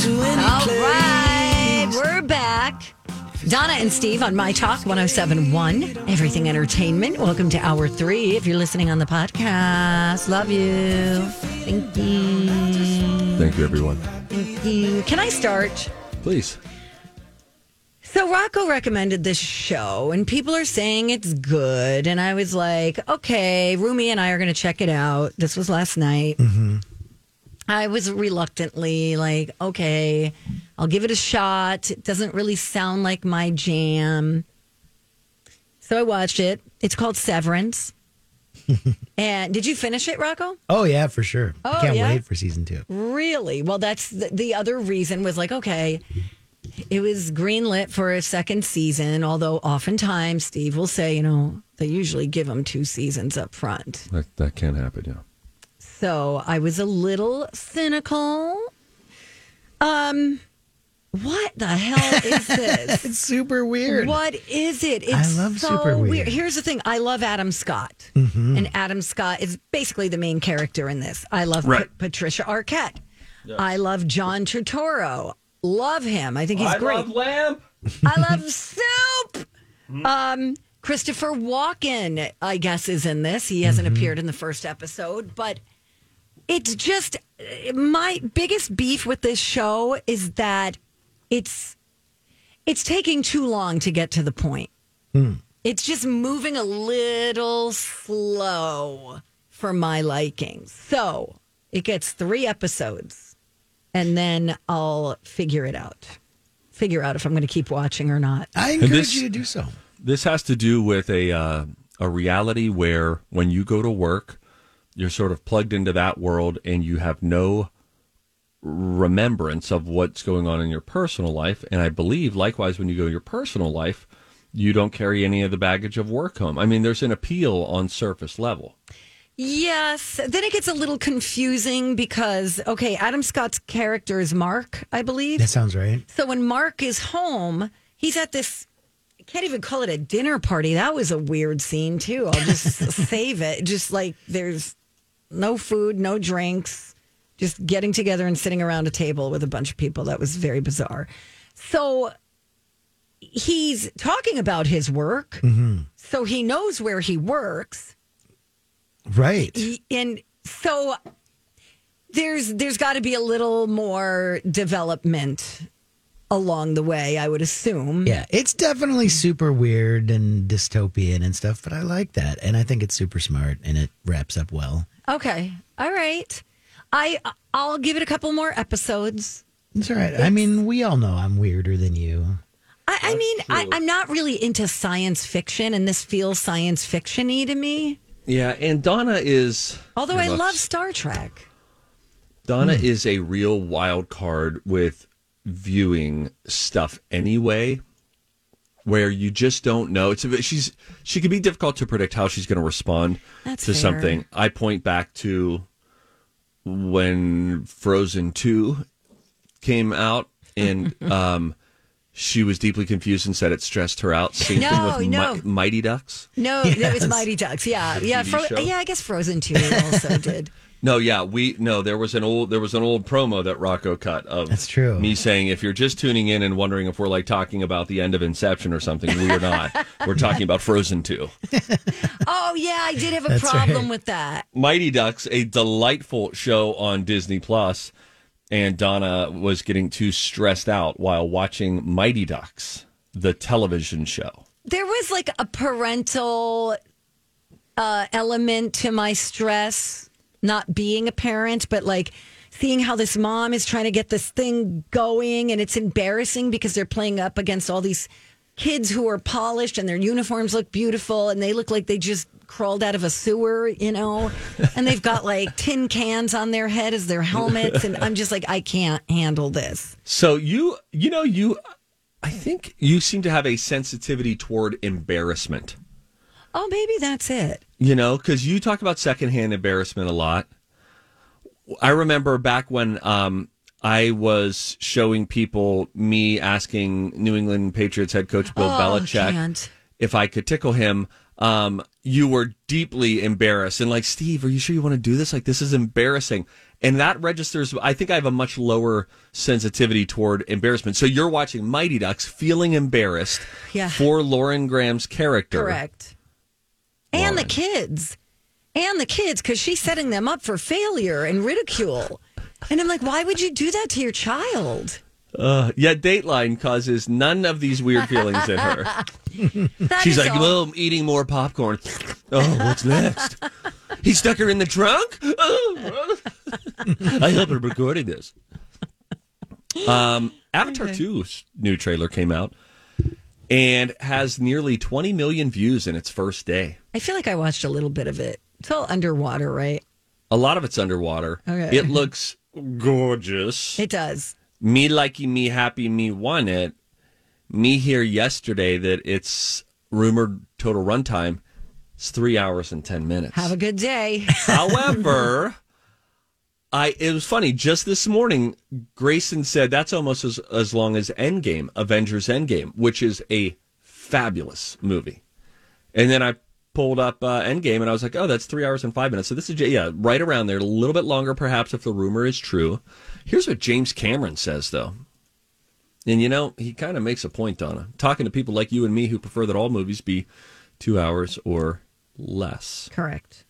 All right, we're back. Donna and Steve on My Talk 1071, Everything Entertainment. Welcome to Hour Three. If you're listening on the podcast, love you. Thank you. Thank you, everyone. Thank you. Can I start? Please. So Rocco recommended this show, and people are saying it's good. And I was like, okay, Rumi and I are going to check it out. This was last night. I was reluctantly like, okay, I'll give it a shot. It doesn't really sound like my jam. So I watched it. It's called Severance. and did you finish it, Rocco? Oh yeah, for sure. Oh, I can't yeah? wait for season two. Really? Well, that's the, the other reason was like, okay, it was greenlit for a second season, although oftentimes Steve will say, you know, they usually give them two seasons up front. That, that can happen, yeah. So I was a little cynical. Um, what the hell is this? It's super weird. what is it? It's love so super weird. Mm-hmm. Here's the thing: I love Adam Scott, and Adam Scott is basically the main character in this. I love Right. Pat- Patricia Arquette. I love John Turturro. Love him. I think he's great. lamp. I love soup. Um, Christopher Walken, I guess, is in this. He Mm-hmm. hasn't appeared in the first episode, but it's just my biggest beef with this show is that it's it's taking too long to get to the point. It's just moving a little slow for my liking. So it gets three episodes, and then I'll figure it out. Figure out if I'm going to keep watching or not. I encourage this- you to do so. This has to do with a uh, a reality where when you go to work, you're sort of plugged into that world, and you have no remembrance of what's going on in your personal life. And I believe, likewise, when you go to your personal life, you don't carry any of the baggage of work home. I mean, there's an appeal on surface level. Yes. Then it gets a little confusing because, okay, Adam Scott's character is Mark, I believe. That sounds right. So when Mark is home, he's at this. I can't even call it a dinner party. That was a weird scene too. I'll just save it. Just like there's no food, no drinks, just getting together and sitting around a table with a bunch of people. That was very bizarre. So he's talking about his work. So he knows where he works Right. y- and so there's there's got to be a little more development along the way i would assume Yeah, it's definitely super weird and dystopian and stuff, but I like that. And I think it's super smart and it wraps up well. okay all right i i'll give it a couple more episodes It's all right. I mean, we all know I'm weirder than you. i, I mean I, i'm not really into science fiction and this feels science fiction-y to me Yeah, and Donna is. although i Look, love star trek Donna Hmm. is a real wild card with viewing stuff anyway, where you just don't know. It's a bit, she's she can be difficult to predict how she's going to respond That's to fair. something. I point back to when Frozen Two came out, and um, she was deeply confused and said it stressed her out. Same No, thing with Mi- no. Mighty Ducks. no it was mighty ducks yeah yeah TV Fro- show? yeah i guess frozen 2 also did No, yeah, we no. There was an old there was an old promo that Rocco cut of That's true. Me saying if you're just tuning in and wondering if we're like talking about the end of Inception or something, we are not. we're talking about Frozen Two. oh yeah i did have a That's problem right. with that Mighty Ducks, a delightful show on Disney Plus, and Donna was getting too stressed out while watching Mighty Ducks, the television show. There was like a parental uh, element to my stress, not being a parent, but like seeing how this mom is trying to get this thing going and it's embarrassing because they're playing up against all these kids who are polished and their uniforms look beautiful and they look like they just crawled out of a sewer, you know, and they've got like tin cans on their head as their helmets and I'm just like I can't handle this. So you you know you I think you seem to have a sensitivity toward embarrassment. Oh, maybe that's it. You know, because you talk about secondhand embarrassment a lot. I remember back when um, I was showing people me asking New England Patriots head coach Bill Belichick can't. if I could tickle him. Um, you were deeply embarrassed and like, Steve, are you sure you want to do this? Like, this is embarrassing. And that registers. I think I have a much lower sensitivity toward embarrassment. So you're watching Mighty Ducks, feeling embarrassed Yeah. for Lauren Graham's character. Correct. And the kids. And the kids, because she's setting them up for failure and ridicule. And I'm like, why would you do that to your child? Uh, yet Dateline causes none of these weird feelings in her. That She's is like, all. well, I'm eating more popcorn. Oh, what's next? he stuck her in the trunk? Oh. I hope I'm recording this. Um, Avatar 2's new trailer came out and has nearly 20 million views in its first day. I feel like I watched a little bit of it. It's all underwater, right? A lot of it's underwater. Okay. It looks gorgeous. It does. me likey, me happy, me want it. Me hear yesterday that it's rumored total runtime. It's three hours and ten minutes. Have a good day. However, I it was funny. Just this morning, Grayson said that's almost as, as long as Endgame, Avengers Endgame, which is a fabulous movie. And then I pulled up uh, Endgame, and I was like, oh, that's three hours and five minutes. So this is j- yeah, right around there, a little bit longer, perhaps, if the rumor is true. Here's what James Cameron says, though. And you know, he kind of makes a point, Donna. Talking to people like you and me who prefer that all movies be two hours or less. Correct.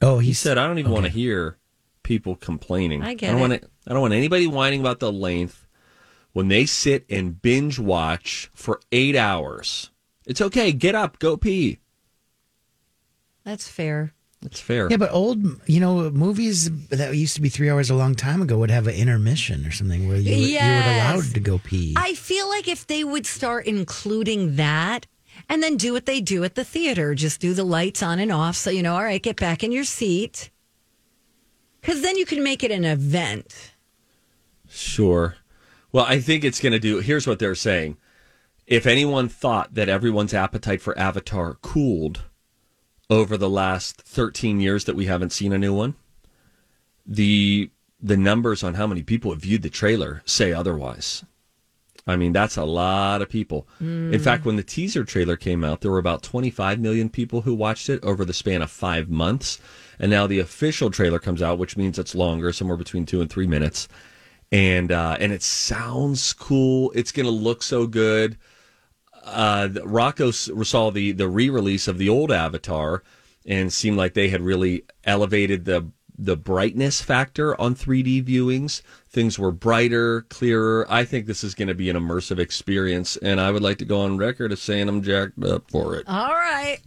Oh, he He said, "I don't even want to hear people complaining. I get I don't it. want I don't want anybody whining about the length when they sit and binge watch for eight hours. It's okay. Get up, go pee. That's fair. It's fair. Yeah, but old, you know, movies that used to be three hours a long time ago would have an intermission or something where you, were- you were Yes. allowed to go pee. I feel like if they would start including that and then do what they do at the theater, just do the lights on and off. So, you know, all right, get back in your seat. Because then you can make it an event. Sure. Well, I think it's going to do. Here's what they're saying. If anyone thought that everyone's appetite for Avatar cooled over the last 13 years that we haven't seen a new one, the the numbers on how many people have viewed the trailer say otherwise. I mean, that's a lot of people. In fact, when the teaser trailer came out, there were about 25 million people who watched it over the span of five months. And now the official trailer comes out, which means it's longer, somewhere between two and three minutes. And uh, and it sounds cool. It's going to look so good. Uh, the- Rocco s- saw the the re-release of the old Avatar, and seemed like they had really elevated the the brightness factor on 3D viewings. Things were brighter, clearer. I think this is going to be an immersive experience, and I would like to go on record as saying I'm jacked up for it. All right.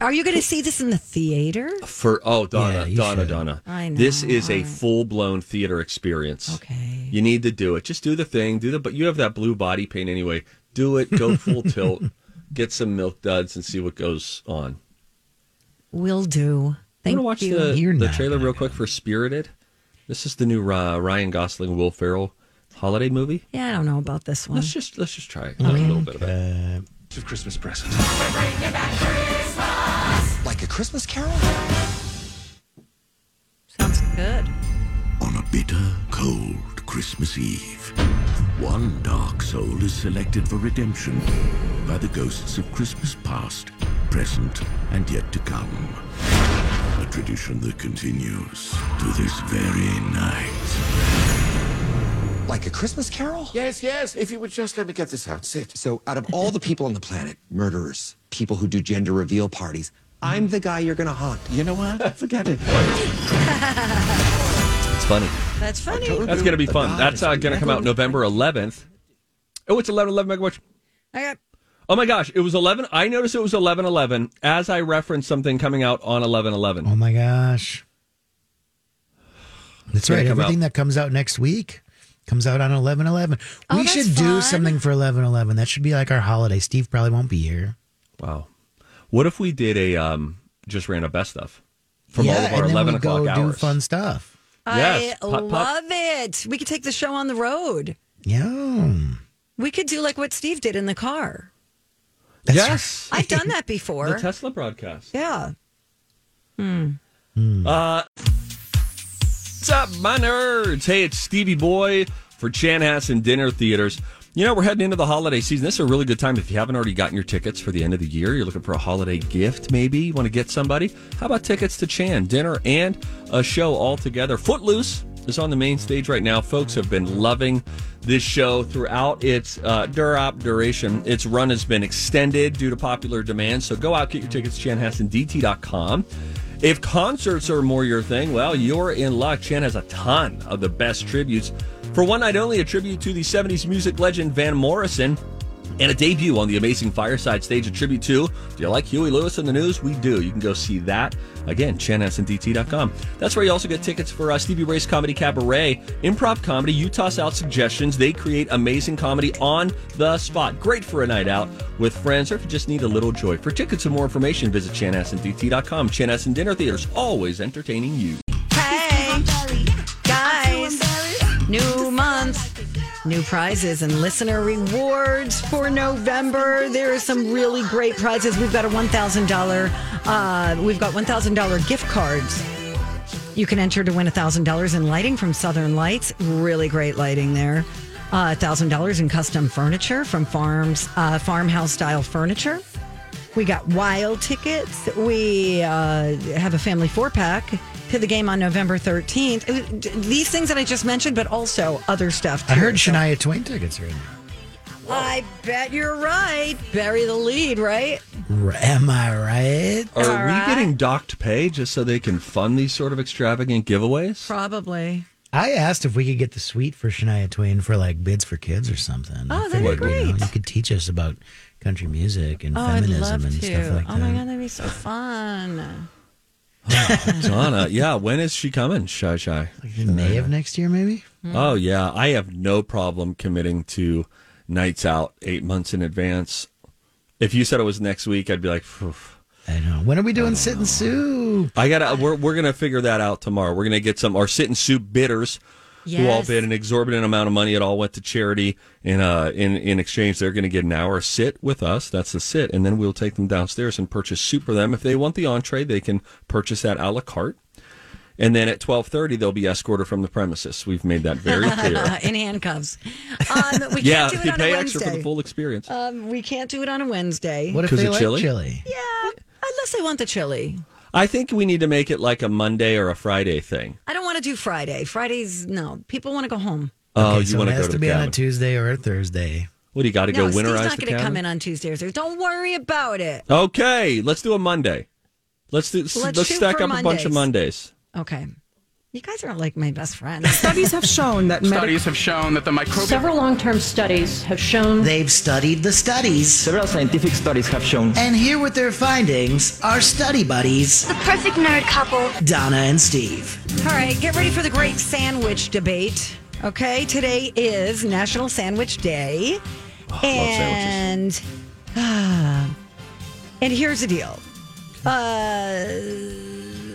Are you going to see this in the theater? For oh Donna, Yeah, you Donna, should. Donna, I know, this is a full blown theater experience. Okay. You need to do it. Just do the thing. Do the but you have that blue body paint anyway. Do it. Go full tilt. Get some milk duds and see what goes on. Will do. I'm Thank gonna watch you. You're the, the not trailer gonna real quick for Spirited. This is the new uh, Ryan Gosling, Will Ferrell holiday movie. yeah, I don't know about this one. Let's just let's just try a little bit of it. of Christmas present. Like a Christmas carol? Sounds good. On a bitter, cold Christmas Eve, one dark soul is selected for redemption by the ghosts of Christmas past, present, and yet to come. A tradition that continues to this very night. Like a Christmas carol? Yes, yes. If you would just let me get this out. Sit. So, out of all the people on the planet, murderers, people who do gender reveal parties, I'm the guy you're gonna haunt. You know what? Forget it. That's funny. That's funny. That's going to be fun. That's uh, going to come out November 11th. Oh, it's 11 11 megawatch. I got Oh my gosh, it was 11. I noticed it was 11 11 as I referenced something coming out on 11 11. Oh my gosh. That's gonna right. come out. Everything that comes out next week comes out on 11 11. Oh, we that's should do fun. something for 11 11. That should be like our holiday. Steve probably won't be here. Wow. What if we did a um, just ran a best of from all yeah, of our and then 11 we go o'clock do hours? fun stuff. Yes, I pop, pop. love it. We could take the show on the road. Yeah. We could do like what Steve did in the car. That's Yes. I've done that before. The Tesla broadcast. yeah. What's up, Uh, my nerds? Hey, it's Stevie Boy for Chanhassen Dinner Theaters. You know, we're heading into the holiday season. This is a really good time if you haven't already gotten your tickets for the end of the year. You're looking for a holiday gift, maybe. You want to get somebody? How about tickets to Chan, dinner, and a show all together? Footloose is on the main stage right now. Folks have been loving this show throughout its uh, durop duration. Its run has been extended due to popular demand. So go out, get your tickets, chanhassendT.com. If concerts are more your thing, well, you're in luck. Chan has a ton of the best tributes. For one night only, a tribute to the 70s music legend Van Morrison and a debut on the Amazing Fireside stage, a tribute to. Do you like Huey Lewis in the news? We do. You can go see that. Again, chanhassanddt.com. That's where you also get tickets for uh, Stevie Ray's Comedy Cabaret, improv comedy. You toss out suggestions. They create amazing comedy on the spot. Great for a night out with friends or if you just need a little joy. For tickets and more information, visit chanhassanddt.com. Chanhassen Dinner Theaters, always entertaining you. Hey, guys. New month, new prizes and listener rewards for November. There are some really great prizes. We've got a $1,000, uh, we've got $1,000 gift cards. You can enter to win $1,000 in lighting from Southern Lights. Really great lighting there. Uh, $1,000 in custom furniture from farms, uh, farmhouse style furniture. We got wild tickets. We uh, have a family four pack to the game on November 13th. It- d- These things that I just mentioned, but also other stuff. Too. I heard Shania Twain tickets are in there. I bet you're right. Bury the lead, right? R- Am I right? Are we getting docked pay just so they can fund these sort of extravagant giveaways? Probably. I asked if we could get the suite for Shania Twain for like bids for kids or something. Oh, I that'd be figured, You, know, great. you could teach us about country music and Oh, I'd feminism love and to. stuff like oh that. my god, that'd be so fun. Donna, yeah. When is she coming? Shy, shy. May of next year, maybe. Oh yeah, I have no problem committing to nights out eight months in advance. If you said it was next week, I'd be like, Phew. I don't know. When are we doing sit and sue? I gotta. We're we're gonna figure that out tomorrow. We're gonna get some our sit and soup bidders. Who all Yes. bid an exorbitant amount of money? It all went to charity. In uh, in in exchange, they're going to get an hour sit with us. That's the sit, and then we'll take them downstairs and purchase soup for them. If they want the entree, they can purchase that a la carte. And then at twelve thirty, they'll be escorted from the premises. We've made that very clear. Uh, in handcuffs. Um, we can't yeah, do it you on pay a extra for Wednesday. the full experience. um, we can't do it on a Wednesday. What if 'Cause they of like chili? chili? Yeah, unless they want the chili. I think we need to make it like a Monday or a Friday thing. I don't want to do Friday. Fridays, no. People want to go home. Oh, Okay, you so want it to has go to to the be cabin? on a Tuesday or a Thursday. what do you got to No, go Steve's winterize not the going to cabin? come in on Tuesday or Thursday. Don't worry about it. Okay, let's do a Monday. Let's do. Let's, Let's shoot stack for up a bunch of Mondays. Okay. You guys aren't like my best friends. Studies have shown that medic- Studies have shown that the microbial Several long term studies have shown They've studied the studies, several scientific studies have shown and here with their findings are study buddies the perfect nerd couple. Donna and Steve. All right, get ready for the great sandwich debate. Okay, today is National Sandwich Day. and ah. and here's the deal. Uh,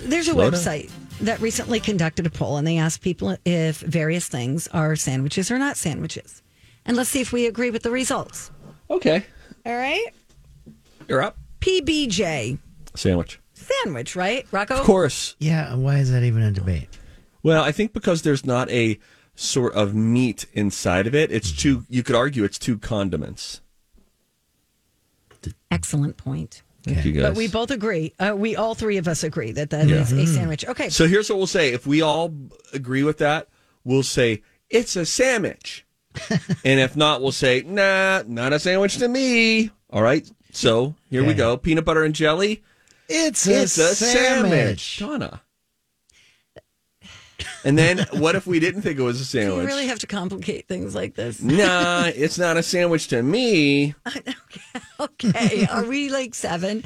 there's a Slow down. website that recently conducted a poll and they asked people if various things are sandwiches or not sandwiches. And let's see if we agree with the results. Okay, All right. you're up. PBJ Sandwich, sandwich, right? Rocco? of course. Yeah, why is that even a debate? Well, I think because there's not a sort of meat inside of it, it's two. You could argue it's two condiments. Excellent point. Thank you guys. But we both agree. Uh, we all three of us agree that that is a sandwich. Okay. So here's what we'll say: if we all agree with that, we'll say it's a sandwich, and if not, we'll say nah, not a sandwich to me. All right. So here we Okay. go: peanut butter and jelly. It's It's a sandwich, Donna. And then what if we didn't think it was a Do you sandwich? really have to complicate things like this? nah, it's not a sandwich to me. Okay, are we like seven?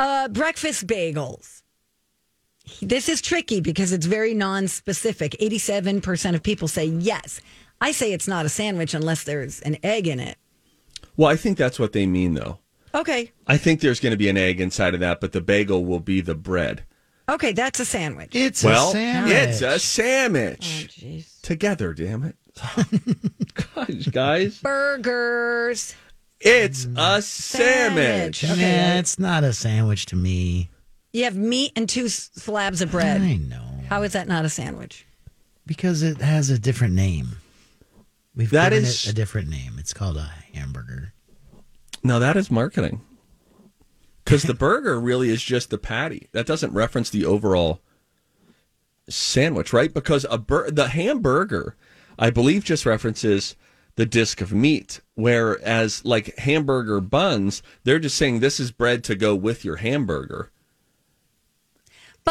Uh, breakfast bagels. This is tricky because it's very non-specific. Eighty-seven percent of people say yes. I say it's not a sandwich unless there's an egg in it. Well, I think that's what they mean, though. Okay, I think there's going to be an egg inside of that, but the bagel will be the bread. okay, that's a sandwich. It's well, a sandwich. it's a sandwich. Together, damn it. Gosh, guys, Burgers. it's a sandwich. Sandwich. Okay. Nah, it's not a sandwich to me. You have meat and two s- slabs of bread. I know How is that not a sandwich? because it has a different name. We've That given is- it a different name. It's called a hamburger. Now that is marketing. Because the burger really is just the patty. That doesn't reference the overall sandwich, right? Because a bur- the hamburger, I believe, just references the disc of meat. Whereas, like hamburger buns, they're just saying this is bread to go with your hamburger.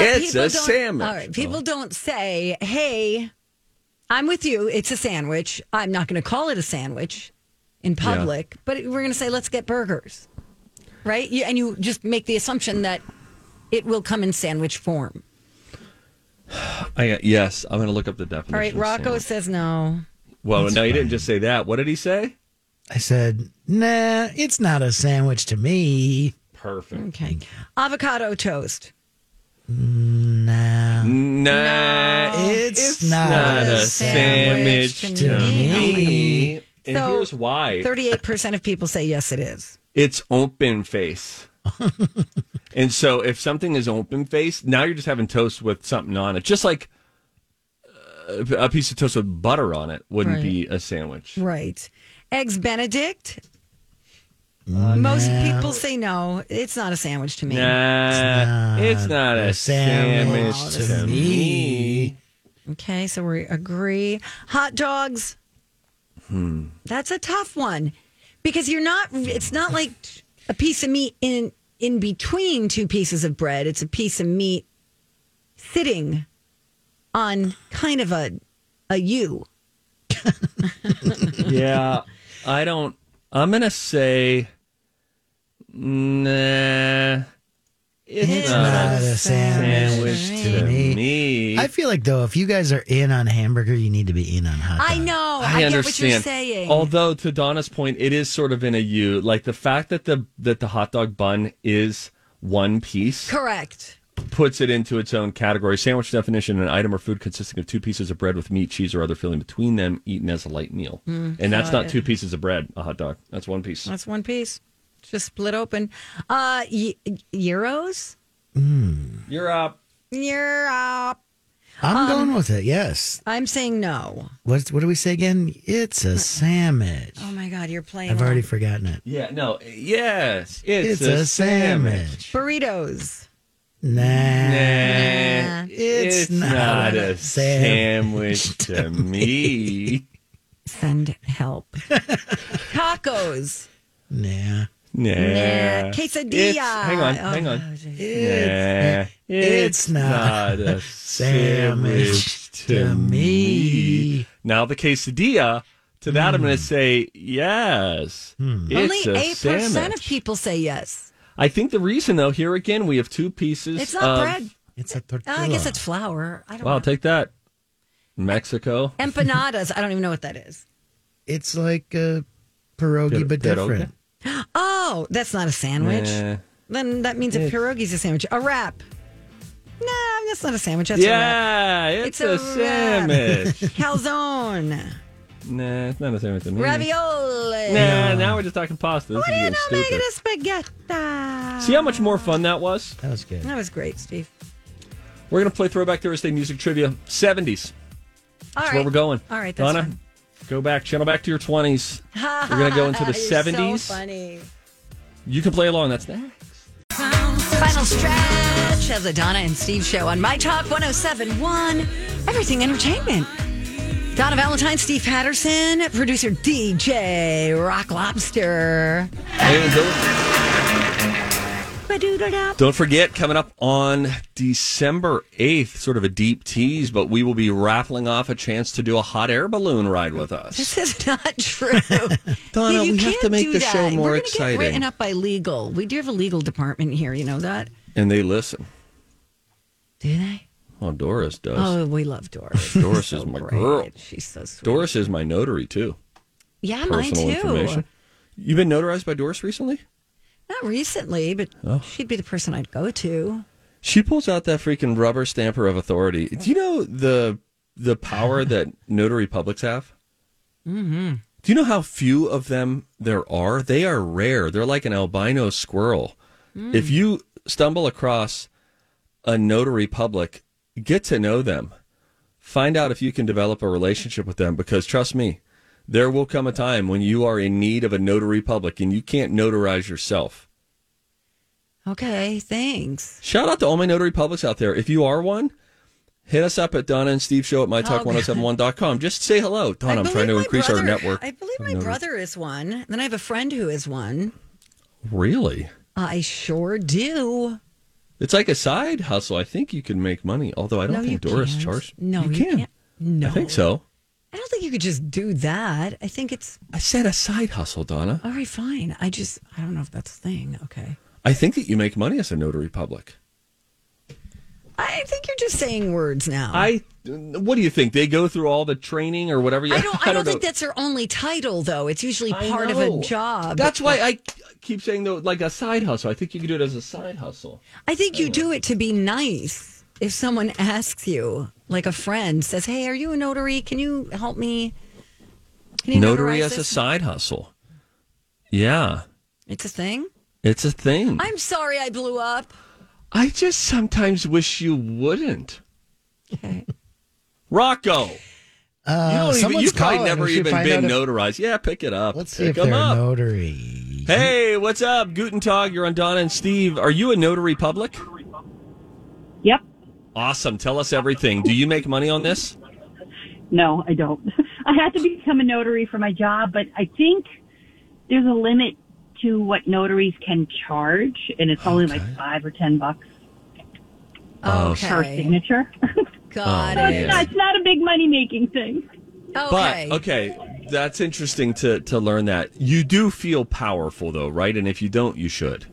It's people a don't- sandwich. All right, people don't say, "Hey, I'm with you. It's a sandwich." I'm not going to call it a sandwich in public, but we're going to say, "Let's get burgers," right? You, and you just make the assumption that it will come in sandwich form. I, yes, I'm going to look up the definition. All right, of Rocco sandwich. says no. Well, no, he didn't just say that. What did he say? I said, nah, it's not a sandwich to me. Perfect. Okay, avocado toast. Nah. Nah, Oh, It's not a sandwich to me. And So, here's why. Thirty-eight percent of people say yes, it is. It's open face. and so if something is open face, now you're just having toast with something on it. Just like uh, a piece of toast with butter on it wouldn't be a sandwich. Right. Eggs Benedict. Most people say no. It's not a sandwich to me. Nah, it's not, a sandwich, to, me. Okay, so we agree. Hot dogs. Hmm. That's a tough one because you're not. It's not like a piece of meat in in between two pieces of bread. It's a piece of meat sitting on kind of a a U. yeah, I don't. I'm gonna say, nah. It's, It's not, not a a sandwich, sandwich to me. I feel like though, if you guys are in on hamburger, you need to be in on hot dog. I know. oh, I, I, get understand. what you're saying. Although to Donna's point, it is sort of in a U. Like the fact that the that the hot dog bun is one piece Correct. puts it into its own category. Sandwich definition: an item or food consisting of two pieces of bread with meat, cheese, or other filling between them, eaten as a light meal. and that's not two pieces of bread. A hot dog. That's one piece. Hmm. That's one piece. Just split open. Uh, y- euros. You're up. Europe. I'm um, going with it. Yes. I'm saying no. What what do we say again? It's a sandwich. Oh my God, you're playing. I've already along. forgotten it. Yeah. No. Yes. It's, a, sandwich. burritos. Nah. Nah, It's it's not not a a sandwich to me. Send help. Tacos. Nah. Nah. Nah, quesadilla. It's- hang on, hang on. Oh, geez. Nah, it's not a Sandwich to me. Hmm. Now the quesadilla. To that, I'm going to say yes. It's Only a eight percent of sandwich. people say yes. I think the reason, though, here again, we have two pieces. It's not of- bread. Uh, It's a tortilla. I guess it's flour. I don't Wow, know. take that, Mexico. Empanadas. I don't even know what that is. It's like a pierogi, Pir- but pierogi? different. Oh, that's not a sandwich. Nah. Then that means a pierogi's a sandwich. A wrap. Nah, that's not a sandwich. That's yeah, It's it's, a, a wrap. sandwich. a wrap. Calzone. nah, it's not a sandwich to me. Ravioli. Mm. Nah, now we're just talking pasta. This What is do you getting know, stupid. make it a spaghetti? See how much more fun that was? That was good. That was great, Steve. We're going to play Throwback Thursday music trivia 70s. All That's right. where we're going. All right, that's Donna, fine. go back, channel back to your 20s. we're going to go into the You're 70s. Ah, So funny. You can play along. That's next. Final stretch of the Donna and Steve show on My Talk 1071, Everything Entertainment. Donna Valentine, Steve Patterson, producer DJ Rock Lobster. Hey, Bill. Ba-da-ba-da-ba-da-ba-da. Ba-da-doo-da-da. Don't forget, coming up on December 8th, sort of a deep tease, but we will be raffling off a chance to do a hot air balloon ride with us. This is not true. Donna, You we have can't to make do the show that. more We're gonna exciting. Get written up by legal. We do have a legal department here. You know that? And they listen. Do they? Well, Doris does. Oh, we love Doris. Doris So is my great. girl. She's so sweet. Doris is my notary, too. yeah, mine Personal too. information. You've been notarized by Doris recently? Not recently, but Oh. she'd be the person I'd go to. She pulls out that freaking rubber stamper of authority. Do you know the the power that notary publics have? Mm-hmm. Do you know how few of them there are? They are rare. They're like an albino squirrel. If you stumble across a notary public, get to know them. Find out if you can develop a relationship with them because trust me, there will come a time when you are in need of a notary public and you can't notarize yourself. Okay, thanks. Shout out to all my notary publics out there. If you are one, hit us up at Donna and Steve Show at mytalk1071.com. Just say hello. Donna, I'm Oh, believe trying to my increase our brother- network. I believe of my notaries. brother is one. Then I have a friend who is one. Really? I sure do. It's like a side hustle. I think you can make money, although I don't No, you think Doris can't. charged. No, you, you can. can't. No. I think so. I don't think you could just do that. I think it's I said a side hustle, Donna. all right, fine. I just I don't know if that's a thing. Okay. I think that you make money as a notary public. I think you're just saying words now. I. What do you think? They go through all the training or whatever. You, I don't I don't think know. that's their only title though. It's usually I part of a know. job. That's why I keep saying though, like a side hustle. I think you can do it as a side hustle. I think you do it to be nice. If someone asks you, like a friend says, "Hey, are you a notary? Can you help me?" Can you Notary notarize as a this?" side hustle. Yeah, It's a thing. it's a thing. I'm sorry I blew up. I just sometimes wish you wouldn't. Okay. Rocco, you Uh, don't even, someone's you've probably calling. never We should even find been out if- notarized. Yeah, pick it up. Let's see pick if they're them a up. notary. hey, what's up? Guten Tag, you're on Donna and Steve. Are you a notary public? Yep. Awesome. Tell us everything. Do you make money on this? No, I don't. I had to become a notary for my job, but I think there's a limit to what notaries can charge, and it's only like five or ten bucks Oh, per Okay. signature. Got Oh, it. it's, not, it's not a big money making thing. Okay. But okay, that's interesting to to learn that. You do feel powerful though, right? And if you don't, you should.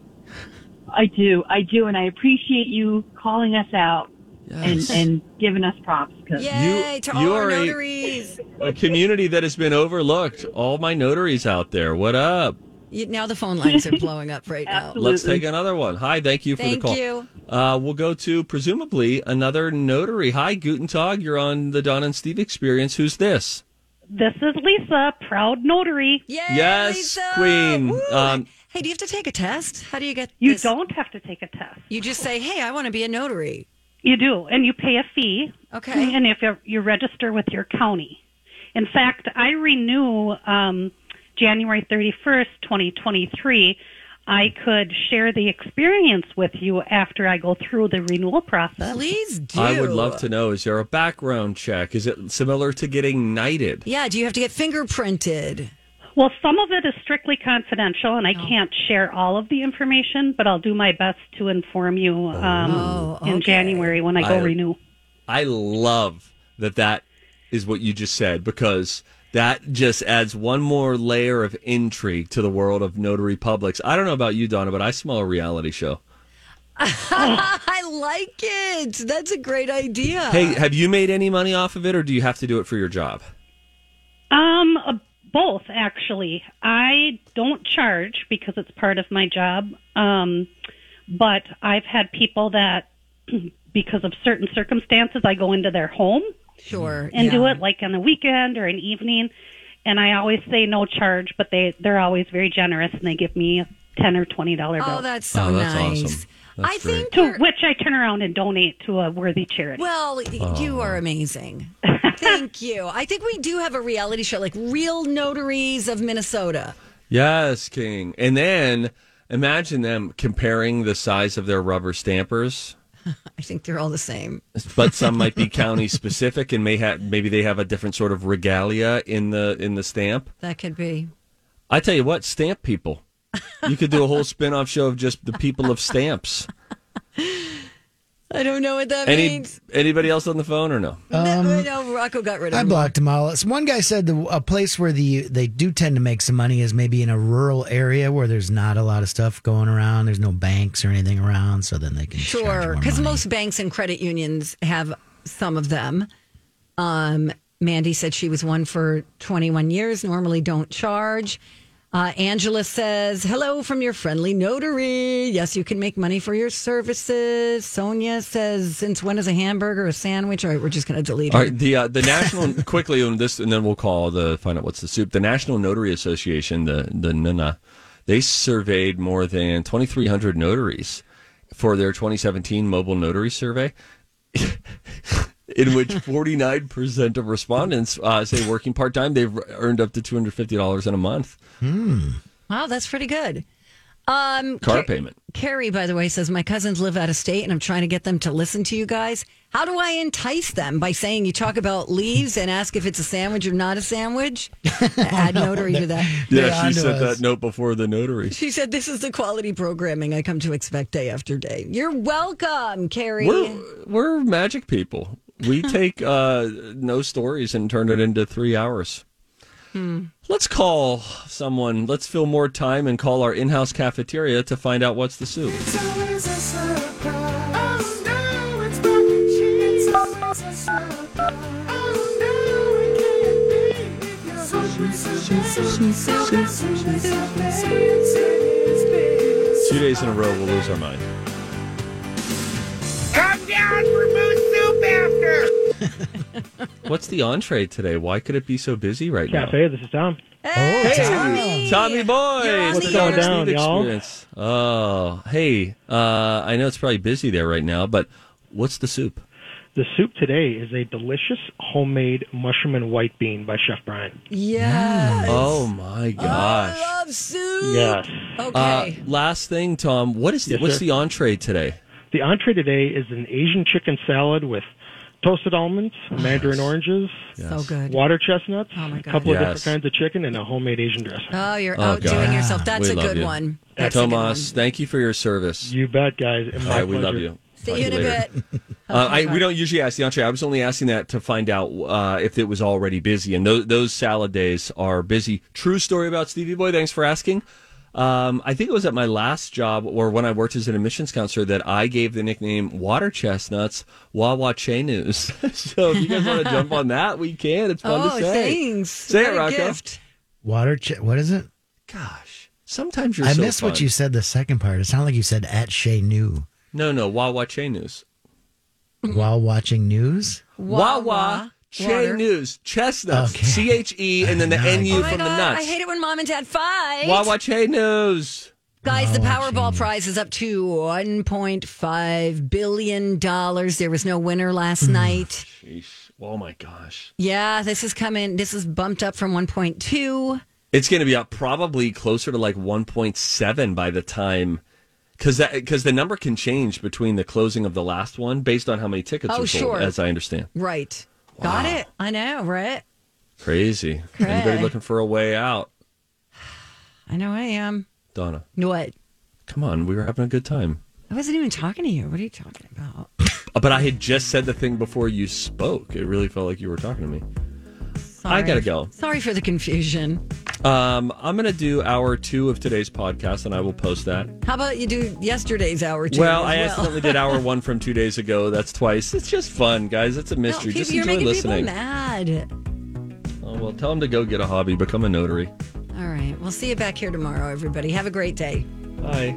I do, I do, and I appreciate you calling us out Yes. and, and giving us props. 'cause- Yay You- to you all our are a- notaries. a community that has been overlooked. All my notaries out there, what up? You- now the phone lines are blowing up right now. Let's take another one. Hi, thank you for the Thank call. you. Uh, we'll go to presumably another notary. Hi, Guten Tag. You're on the Don and Steve Experience. Who's this? This is Lisa, proud notary. Yay, Yes, Lisa! Queen. Woo! Um, hey, do you have to take a test? How do you get You this? don't have to take a test. You just say, "Hey, I want to be a notary." You do, and you pay a fee. Okay. And if you're- you register with your county. In fact, I renew um, January 31st, 2023. I could share the experience with you after I go through the renewal process. Please do. I would love to know is there a background check? Is it similar to getting knighted? Yeah, do you have to get fingerprinted? Well, some of it is strictly confidential, and I Oh. can't share all of the information, but I'll do my best to inform you um, Oh, okay. in January when I go I- renew. I love that that is what you just said because that just adds one more layer of intrigue to the world of notary publics. I don't know about you, Donna, but I smell a reality show. I like it. That's a great idea. Hey, have you made any money off of it or do you have to do it for your job? Um, uh, both actually. I don't charge because it's part of my job. Um, but I've had people that, because of certain circumstances, I go into their home sure. and yeah. do it like on a weekend or an evening. And I always say no charge, but they they're always very generous and they give me a ten or twenty dollar bill, Oh, that's so Oh, that's nice. awesome. That's I great. think to you're- which I turn around and donate to a worthy charity. Well, y Oh. you are amazing. Thank you. I think we do have a reality show, like Real Notaries of Minnesota. Yes, King. And then imagine them comparing the size of their rubber stampers, I think they're all the same. but some might be county specific and may have maybe they have a different sort of regalia in the in the stamp. That could be. I tell you what, stamp people. You could do a whole spin off show of just the people of stamps. I don't know what that Any um, means. anybody else on the phone or no? no, no, Rocco got rid of I him. blocked them all. So one guy said the, a place where the they do tend to make some money is maybe in a rural area where there's not a lot of stuff going around. There's no banks or anything around, so then they can Sure, because most banks and credit unions have some of them. Um, Mandy said she was one for 21 years, normally don't charge. Uh, Angela says, hello from your friendly notary. Yes, you can make money for your services. Sonia says, since when is a hamburger a sandwich? All right, we're just going to delete All it. right, the uh, the national quickly on this, and then we'll call the find out what's the soup. The National Notary Association, the the NNA, they surveyed more than twenty three hundred notaries for their twenty seventeen mobile notary survey, in which forty nine percent of respondents uh, say working part time they've earned up to two hundred fifty dollars in a month Wow, that's pretty good. Um, Ca- car payment. Carrie, by the way, says my cousins live out of state, and I'm trying to get them to listen to you guys. How do I entice them by saying you talk about leaves and ask if it's a sandwich or not a sandwich? Add notary to that. Yeah, she sent that note before the notary. She said, "This is the quality programming I come to expect day after day." You're welcome, Carrie. We're we're magic people. We take uh, no stories and turn it into three hours. Hmm. Let's call someone. Let's fill more time and call our in-house cafeteria to find out what's the soup. Two days in a row, we'll lose our mind. Come down for moose soup after. What's the entree today? Why could it be so busy right Cafe, this is Tom. now? Oh, Hey, Tommy! Tommy boy, You're on What's the going air. down, Going down, y'all? experience? Oh, hey, uh, I know it's probably busy there right now, but what's the soup? The soup today is a delicious homemade mushroom and white bean by Chef Brian. Yes. Oh my gosh! I love soup. Yes. Uh, Okay. last thing, Tom. What is the, Yes, what's sir. the entree today? The entree today is an Asian chicken salad with toasted almonds, mandarin oranges, So good. Oh, water chestnuts, my a God. couple of Yes. different kinds of chicken, and a homemade Asian dressing. oh, you're Oh, outdoing God. yourself. That's We a love good you. one. That's a good Tomas, thank you for your service. You bet, guys. And All my right, we pleasure. love you. See Talk you to in a later. Uh, I, we don't usually ask the entree. I was only asking that to find out uh, if it was already busy, and those, those salad days are busy. True story about Stevie Boy. Thanks for asking. Um, I think it was at my last job or when I worked as an admissions counselor that I gave the nickname Water Chestnuts Wawa News. so if you guys want to jump on that, we can. It's fun Oh, to say. thanks. Say What it, a Rocco. gift. water. Ch- what is it? Sometimes you're I so missed what fun. you said. The second part. It sounded like you said at Shea New No, no, Wawa News. while watching news. Wawa Che water. News Chestnuts C H E and then the N U Oh my from the God, nuts. I hate it when mom and dad fight. Wawa Che News. Guys, Oh, the Powerball prize is up to $1.5 billion. There was no winner last night. Jeez. Oh my gosh. Yeah, this is coming. This is bumped up from 1.2. It's going to be up probably closer to like 1.7 by the time cuz that cuz the number can change between the closing of the last one based on how many tickets Oh, are sold sure. as I understand. Right. Got it. I know, right? Crazy. Okay. Anybody looking for a way out? I know I am. Donna. What? Come on, we were having a good time. I wasn't even talking to you. What are you talking about? Uh, But I had just said the thing before you spoke. It really felt like you were talking to me. Sorry. gotta go. Sorry for the confusion. Um, I'm going to do hour two of today's podcast, and I will post that. How about you do yesterday's hour? Two Well, as I accidentally did hour one from two days ago. That's twice. It's just fun, guys. It's a No, mystery. people- just you're enjoy making listening. people mad. Oh, well, tell them to go get a hobby, become a notary. All right. We'll see you back here tomorrow, everybody. Have a great day. Bye.